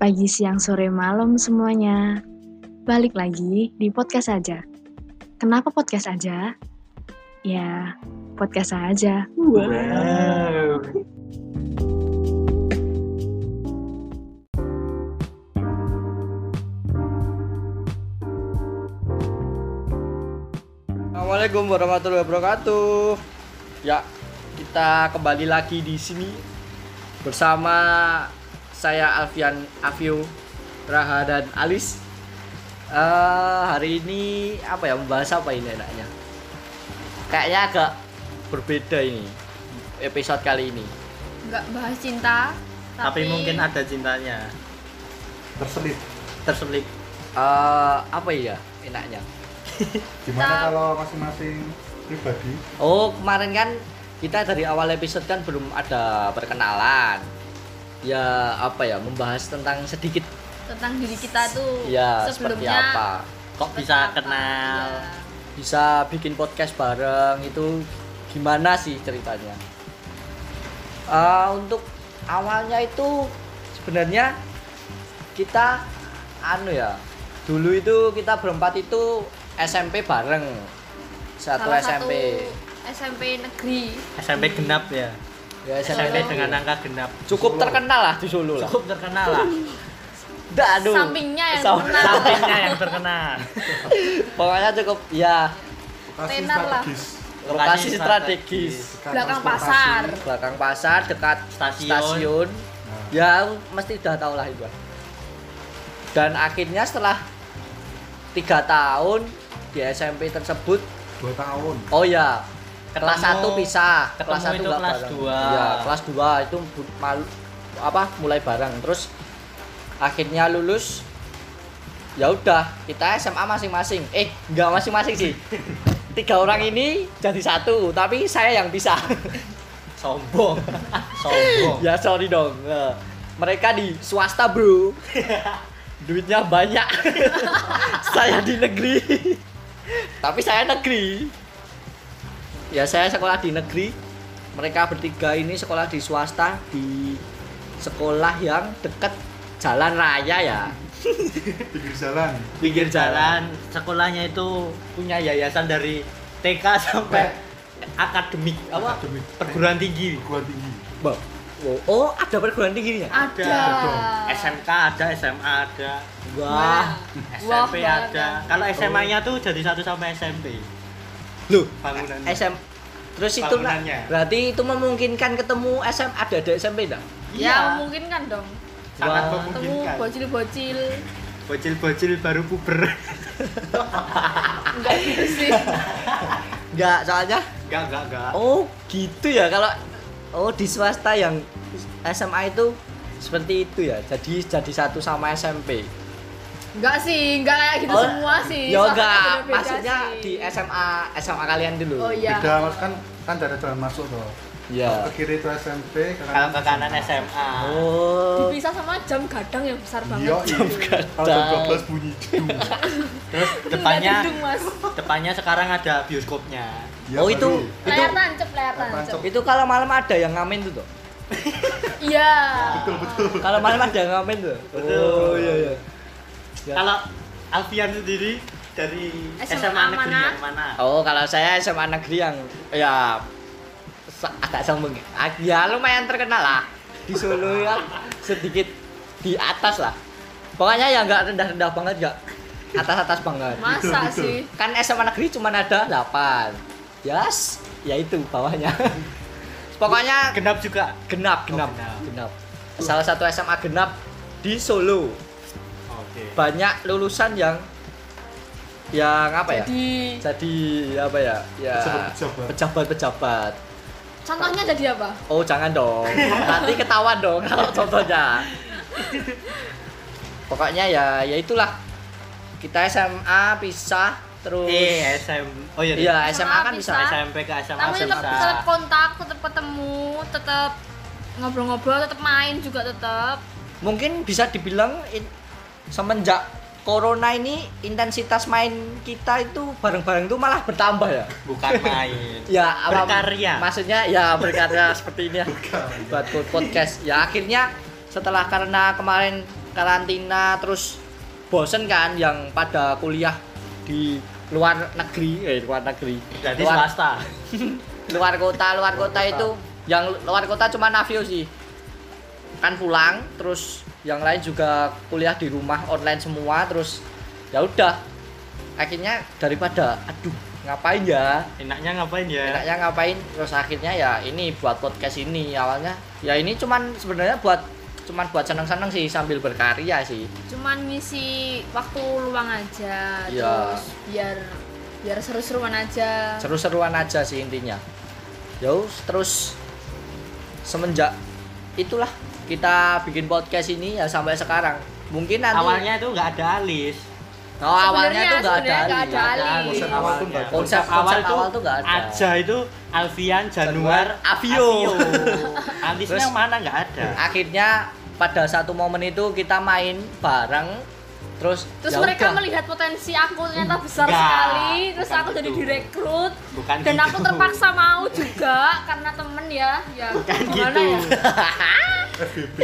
pagi, siang, sore, malam semuanya. Balik lagi di podcast aja. Kenapa podcast aja? Ya, podcast aja. Wow. Assalamualaikum warahmatullahi wabarakatuh. Ya, kita kembali lagi di sini bersama saya Alfian Afio Raha dan Alis. Eh, hari ini apa ya membahas apa ini enaknya? Kayaknya agak berbeda ini episode kali ini. nggak bahas cinta Tapi mungkin ada cintanya terselip terselip. Eh, apa ya enaknya? Kita- gimana kalau masing-masing pribadi Oh, kemarin kan kita dari awal episode kan belum ada perkenalan. Ya, apa ya membahas tentang sedikit tentang diri kita tuh ya seperti sebelumnya apa kok Kok seperti bisa apa, kenal? iya. bisa bikin podcast bareng itu gimana sih ceritanya Eh, untuk awalnya itu sebenarnya kita anu ya dulu itu kita berempat itu SMP bareng satu Salah SMP satu SMP negeri SMP genap ya. ya SMP, Iya. SMP dengan dengan angka genap. cukup terkenal lah di Solo lah Cukup terkenal lah. Nggak, aduh. sampingnya yang Sam- terkenal. Sampingnya yang terkenal. pokoknya cukup ya lokasi Tenar lah. strategis lokasi strategis dekat belakang transportasi. pasar belakang pasar dekat Stasiun. stasiun. Nah, ya mesti udah tau lah itu dan akhirnya setelah tiga tahun di SMP tersebut dua tahun oh ya kelas 1 Ketemu- pisah kelas 1 ketemu itu nggak kelas bareng. dua. ya kelas 2 itu bu- mal- apa mulai bareng terus akhirnya lulus ya udah kita SMA masing-masing eh nggak masing-masing sih tiga orang ini jadi satu tapi saya yang pisah Sombong. Iya. Sombong. Ya sorry dong. Eh, mereka di swasta, Bro. Duitnya banyak. saya di negeri. Tapi saya negeri. Ya saya sekolah di negeri. Mereka bertiga ini sekolah di swasta di sekolah yang dekat jalan raya ya. pinggir jalan Pinggir jalan sekolahnya itu punya yayasan dari TK sampai akademik apa Akademik. perguruan tinggi perguruan tinggi Wow. Oh, ada perguruan tingginya. ada, dong. Iya. SMK ada SMA ada Wah. Wah, SMP banget. ada kalau SMA nya tuh jadi satu sama SMP Loh, bangunannya SM Terus itu Nak, Bangunannya. berarti itu memungkinkan ketemu SM ada ada SMP enggak? Iya. ya mungkin kan dong Iya. sangat Wah. ketemu kan. memungkinkan bocil-bocil bocil-bocil baru puber enggak gitu sih Enggak, soalnya enggak enggak enggak Oh gitu ya kalau oh di swasta yang SMA itu seperti itu ya jadi jadi satu sama SMP enggak sih enggak kayak gitu Oh, semua sih ya Soalnya enggak beda-beda maksudnya sih. di SMA SMA kalian dulu oh iya beda mas kan kan tidak ada jalan masuk tuh ya ke kiri itu SMP ke kalau kanan ke kanan SMA oh dipisah sama jam gadang yang besar banget iya Jam iya kalau jam gadang. 12 bunyi jedung terus gadang depannya gedung, mas depannya sekarang ada bioskopnya Iya, Oh, baru. itu. layar tancep layar Layar tancep tancep. itu kalau malam ada yang ngamen tuh tuh iya betul betul kalau malam ada yang ngamen tuh Betul. oh iya iya Ya. kalau Alfian sendiri dari SMA SMA, negeri mana? yang mana oh kalau saya SMA negeri yang ya se- agak sombong ya. Ah, ya lumayan terkenal lah di Solo ya sedikit di atas lah pokoknya ya nggak rendah-rendah banget nggak atas-atas banget masa Betul, betul. sih kan SMA negeri cuma ada 8 yes ya itu bawahnya pokoknya genap juga genap genap Oh, genap. genap salah satu SMA genap di Solo oke banyak lulusan yang yang apa ya jadi jadi apa ya ya Pejabat-pejabat. pejabat-pejabat contohnya jadi apa Oh jangan dong, nanti ketahuan dong kalau contohnya. Pokoknya ya ya itulah kita SMA pisah terus. eh SM oh iya Iya SMA SMA kan pisah. bisa. SMP ke SMA tapi tetap, bisa. tetap kontak tetap ketemu tetap ngobrol-ngobrol tetap main juga tetap Mungkin bisa dibilang in- semenjak corona ini intensitas main kita itu bareng-bareng itu malah bertambah ya. bukan main Ya apa- Berkarya. Maksudnya ya berkarya seperti ini ya. Bukan. buat pod- podcast. Ya akhirnya setelah karena kemarin karantina terus bosen kan yang pada kuliah di luar negeri eh luar negeri Jadi luar, swasta. luar kota luar kota itu yang luar kota cuma Navio sih kan pulang terus yang lain juga kuliah di rumah online semua terus ya udah akhirnya daripada aduh ngapain ya Enaknya ngapain ya? enaknya ngapain terus akhirnya ya ini buat podcast ini awalnya ya ini cuman sebenarnya buat cuman buat seneng-seneng sih sambil berkarya sih cuman ngisi waktu luang aja Iya. terus biar biar seru-seruan aja seru-seruan aja sih intinya ya us- terus semenjak itulah kita bikin podcast ini ya sampai sekarang mungkin nanti Awalnya itu nggak ada alis. oh, awalnya Sebenarnya- tuh nggak ada sebenarnya nggak Ali. ada Nggak Ali. alis Konsep awal tuh nggak ada. Konsep awal Konsep tuh awal tuh nggak ada. Aja itu Alfian Januar Avio. Alisnya Terus- mana nggak ada. akhirnya pada satu momen itu kita main bareng terus terus ya mereka udah. melihat potensi aku ternyata besar Enggak, sekali terus bukan aku jadi gitu. direkrut Bukan dan gitu. aku terpaksa mau juga karena temen ya ya Bukan gimana gitu. ya FBB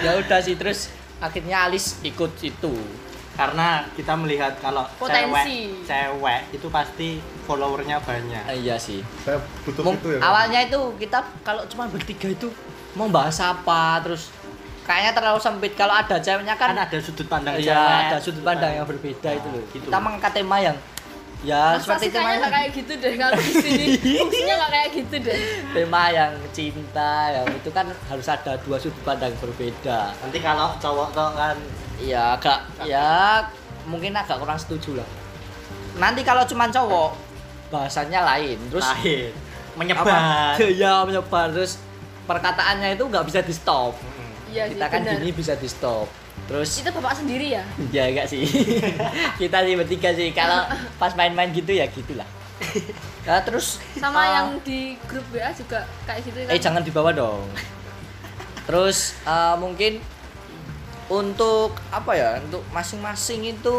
ya udah sih terus akhirnya Alis ikut itu Karena kita melihat kalau Potensi. cewek cewek itu pasti followernya banyak. Eh, iya sih saya butuh Mung- itu ya awalnya itu kita kalau cuma bertiga itu mau bahas apa terus kayaknya terlalu sempit kalau ada ceweknya Kan kan ada sudut pandang Iya, cewek. ada sudut pandang yang berbeda itu loh. gitu. Kita mengangkat tema yang ya Masa seperti sih tema kayaknya yang, nggak kayak gitu deh kalau di sini fungsinya nggak kayak gitu deh tema yang cinta ya itu kan harus ada dua sudut pandang berbeda. Nanti kalau cowok tuh kan Ya agak ya mungkin agak kurang setuju lah. Nanti kalau cuma cowok bahasanya lain terus lahir apa? menyebar. Ya menyebar terus perkataannya itu nggak bisa di stop. Mm-mm. iya sih Kita kan benar. gini bisa di stop. Terus itu bapak sendiri ya ya enggak sih kita sih bertiga sih kalau pas main-main gitu ya gitulah nah, terus sama eh, yang di grup WA juga kayak gitu kan eh jangan dibawa dong terus eh, mungkin untuk apa ya untuk masing-masing itu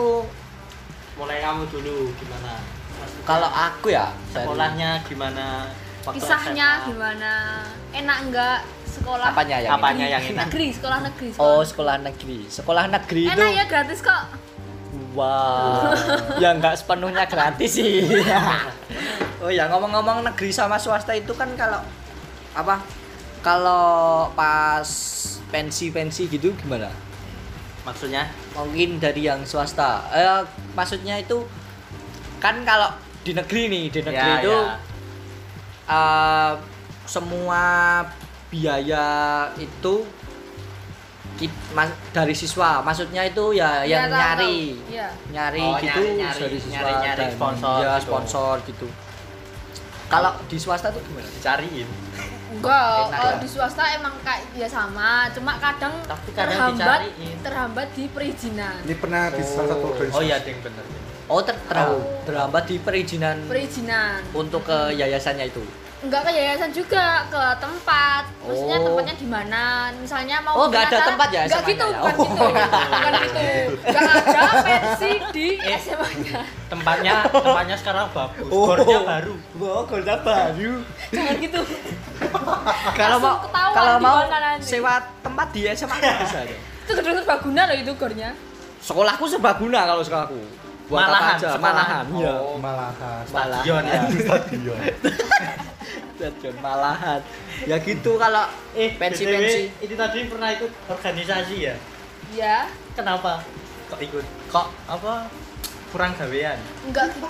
Mulai kamu dulu gimana? kalau aku ya dari- sekolahnya gimana? Waktu kisahnya SMA? gimana enak nggak sekolah apanya yang ini? Apanya yang enak? negeri sekolah negeri sekolah oh sekolah negeri sekolah negeri itu enak ya gratis kok Wow, ya nggak sepenuhnya gratis sih. oh ya ngomong-ngomong negeri sama swasta itu kan kalau apa? Kalau pas pensi-pensi gitu gimana? Maksudnya Mungkin dari yang swasta. Eh, maksudnya itu kan kalau di negeri nih, di negeri Ya, itu ya. eh, semua biaya itu kit- mas- dari siswa. Maksudnya itu ya Iya, yang tahu, nyari tahu. Iya. nyari Oh, gitu nyari-nyari, dari siswa nyari-nyari dan- sponsor ya, gitu. sponsor gitu kalau di swasta tuh gimana dicariin. enggak Enak kalau ya? di swasta emang kayak ya sama cuma kadang, Tapi kadang terhambat dicariin. terhambat di perizinan ini pernah di salah satu organisasi Oh iya, ding bener. oh ter terhambat- terhambat di perizinan perizinan untuk ke yayasannya itu enggak ke yayasan juga ke tempat maksudnya Oh. tempatnya di mana misalnya mau Oh, nggak ada bikin acara, tempat ya nggak SMA-nya gitu ya? bukan Oh. gitu bukan gitu nggak ada pensi di Eh. SMA nya Tempatnya tempatnya sekarang bagus. Gornya baru. oh gornya baru jangan gitu kalau mau Langsung ketahuan kalau di mau mana nanti. sewa tempat di SMA nya bisa ya. itu gedung serbaguna loh itu gornya sekolahku sebaguna kalau sekolahku apa aja, Malahan, sekolah. Oh. malahan ya malahan Iya. Malahan. Stadion ya. stadion Stadion malahan ya gitu kalau eh pensi BTW, pensi Itu tadi pernah ikut organisasi ya? ya Kenapa? Kok ikut? Kok apa? Kurang gawean. enggak gitu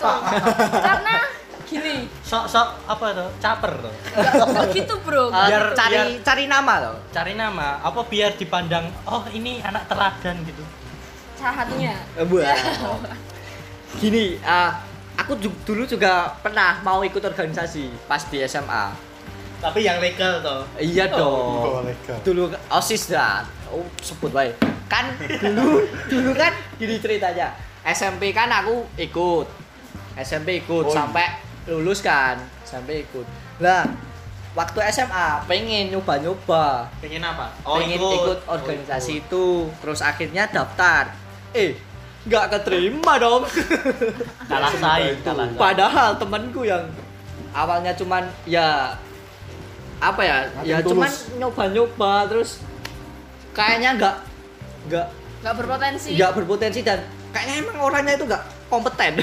karena gini Sok-sok apa tuh? Caper tuh. enggak, enggak gitu bro enggak Ah. Biar- gitu. eh, cari biar- cari nama loh Cari nama apa biar dipandang oh ini anak teladan gitu. salah satunya Wow. Eh, ya. Gini, ah, aku ju- dulu juga pernah mau ikut organisasi pas di SMA. Tapi yang legal tuh. Iya oh, dong. legal Dulu osis dah. Oh, sebut baik. Kan dulu dulu kan gini ceritanya. SMP kan aku ikut. SMP Oh, ikut iya. sampai lulus kan, sampai ikut. Nah, waktu SMA pengen nyoba-nyoba Pengen apa? Oh, pengen Oh, ikut, organisasi itu terus akhiknya daftar eh nggak keterima dong Oh, ikut. Kalah saing, kalah. saing. padahal temanku yang awalnya cuman ya apa ya Makin ya tulus. cuman nyoba-nyoba terus kayaknya nggak nggak nggak berpotensi nggak berpotensi dan kayaknya emang orangnya itu nggak kompeten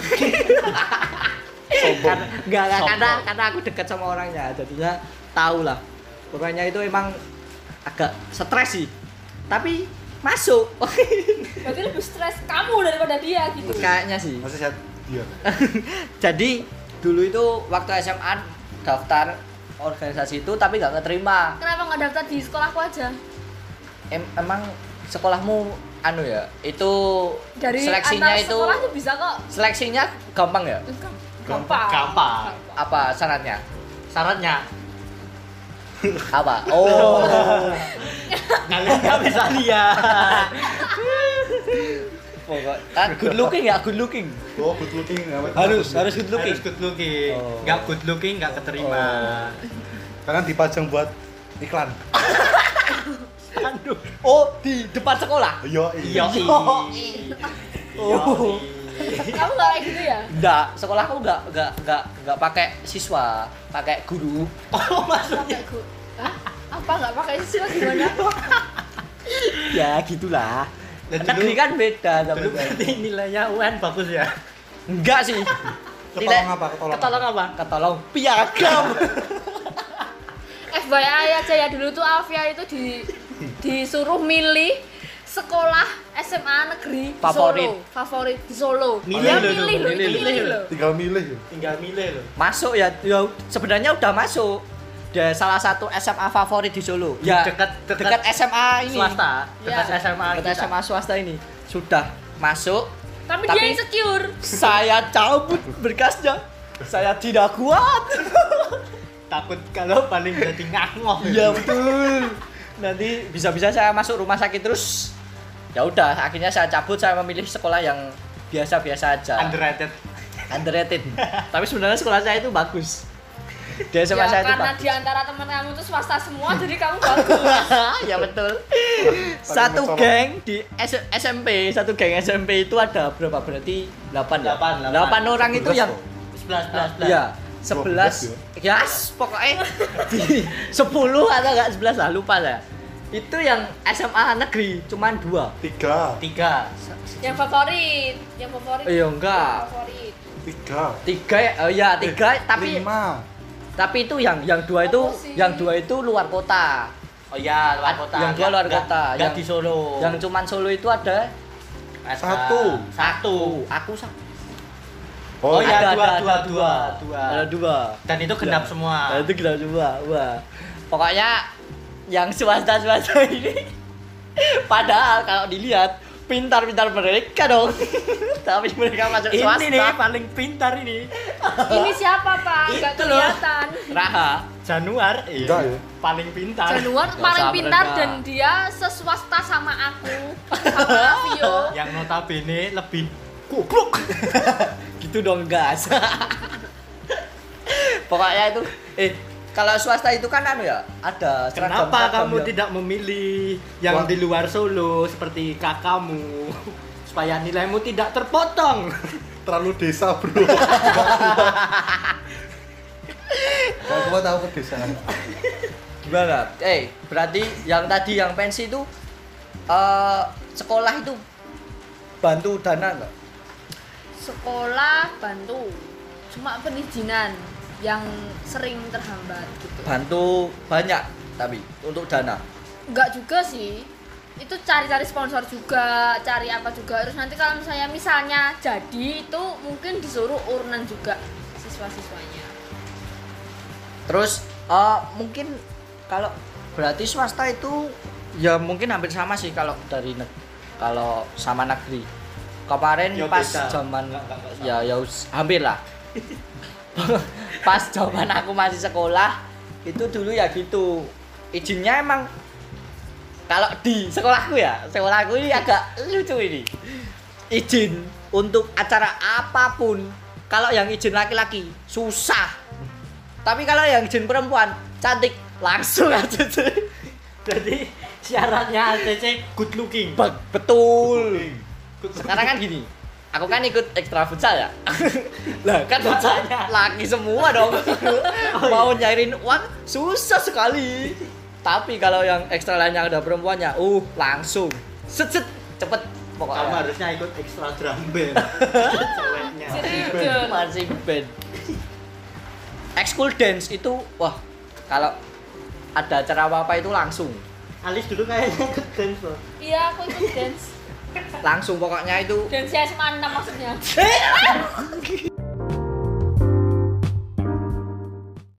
Sombong. Karena- nggak nggak karena Sombong. karena aku dekat sama orangnya jadinya tahu lah orangnya itu emang agak stres sih tapi masuk berarti lebih stres kamu daripada dia gitu kayaknya sih masih sehat iya jadi dulu itu waktu SMA daftar organisasi itu tapi nggak keterima kenapa nggak daftar di sekolahku aja Em- emang sekolahmu anu ya itu dari seleksinya antar itu sekolah tuh bisa kok seleksinya gampang ya Gamp- gampang Gampang. Gampang. apa syaratnya Syaratnya apa oh kalian nggak bisa lihat. pokok ah, good looking ya good looking oh good looking apa itu? Harus, harus good looking. Harus good looking. Oh. Nggak good looking nggak keterima. Oh. karena dipajang buat iklan Aduh. oh di depan sekolah yo Iya. iya Oh. kamu nggak kayak gitu ya enggak sekolahku enggak enggak enggak enggak pakai siswa pakai guru Oh maksudnya Kayak gue Hah? apa nggak pakai siswa gimana ya gitulah Dan negeri dulu- kan beda sama dulu berarti nilainya UN bagus ya. enggak sih ketolong apa ketolong apa? ketolong apa ketolong piagam FYI aja ya dulu tuh Alfia itu di disuruh milih sekolah SMA negeri di Favorit. Solo. favorit di Solo Milih dia loh, milih loh milih itu loh. milih loh tinggal milih ya Tinggal milih loh. masuk ya, ya sebenarnya udah masuk dia salah satu SMA favorit di Solo ya Dekat- dekat dekat SMA ini Ya, Swasta, Iya. dekat SMA dekat kita. SMA swasta ini sudah masuk tapi, dia Tapi- insecure saya cabut berkasnya saya tidak kuat Takut kalau paling jadi ngangok. iya betul nanti bisa-bisa saya masuk rumah sakit terus ya udah akhirnya saya cabut saya memilih sekolah yang biasa-biasa aja Underrated. underrated tapi sebenarnya sekolah saya itu bagus di SMA ya, saya itu karena bagus di antara teman kamu tuh swasta semua jadi kamu bagus ya betul satu mencolok. geng di S- SMP satu geng SMP itu ada berapa berarti 8 ya Delapan, delapan. 8 orang itu yang 11 11 11. Iya, 11 ya s- pokoknya di 10 atau enggak 11 lah lupa saya. Itu yang SMA negeri cuman dua. tiga Tiga. yang favorit yang favorit Iya, enggak. Yang favorit tiga Tiga ya, oh ya tiga tapi lima tapi itu yang yang dua itu Apa sih? yang dua itu luar kota. Oh iya, luar kota. Yang dua luar Nggak- kota. Nggak Yang- di Solo. Yang cuman Solo itu ada Satu. Satu. aku sama oh Oh, iya iya, dua, dua, dua, dua. Ada dua. Dan itu genap Ya. semua. Nah, itu genap semua. Wah. Pokoknya yang swasta-swasta ini padahal kalau dilihat pintar-pintar mereka dong. Tapi mereka masuk Ini swasta. nih paling pintar ini. ini siapa pak nggak Itu loh. kelihatan Raha. Januar iya. Enggak ya? Paling pintar. Januar Nggak paling usah pintar merendah. dan dia seswasta sama aku sama Vio Yang notabene lebih goblok. gitu dong gas pokoknya itu eh kalau swasta itu kan anu ya ada seragam- Kenapa seragam kamu ya. tidak memilih yang Wah. di luar Solo seperti kakakmu? Supaya nilaimu tidak terpotong. terlalu desa bro Gak kuat tahu ke desa gimana eh berarti yang tadi yang pensi itu eh sekolah itu bantu dana nggak sekolah bantu cuma perizinan yang sering terhambat gitu bantu banyak tapi untuk dana enggak juga sih itu cari-cari sponsor juga cari apa juga terus nanti kalau misalnya misalnya jadi itu mungkin disuruh urunan juga siswa-siswanya terus eh mungkin kalau berarti swasta itu ya mungkin hampir sama sih kalau dari neg- kalau sama negeri kemarin Ya, pas beda. zaman Nggak- nggak- nggak sama. ya ya us- hampir lah pas zaman aku masih sekolah itu dulu ya gitu izinnya emang kalau di sekolahku ya sekolahku ini agak lucu ini izin untuk acara apapun kalau yang izin laki-laki susah tapi kalau yang izin perempuan cantik langsung aja cuy. Jadi syaratnya ACC good looking. Be- betul Good looking. sekarang kan gini aku kan ikut ekstra futsal ya lah kan futsalnya laki semua dong mau nyairin uang susah sekali Tapi kalau yang ekstra lain yang ada perempuannya, uh langsung set set cepet Kamu pokoknya. harusnya ikut ekstra drum band. Ceweknya. Serius. Masih band. Ekskul dance itu wah kalau ada acara apa apa itu langsung Alis dulu kayaknya ikut dance loh. Iya, aku ikut dance. langsung pokoknya itu Dance SMA 6 maksudnya.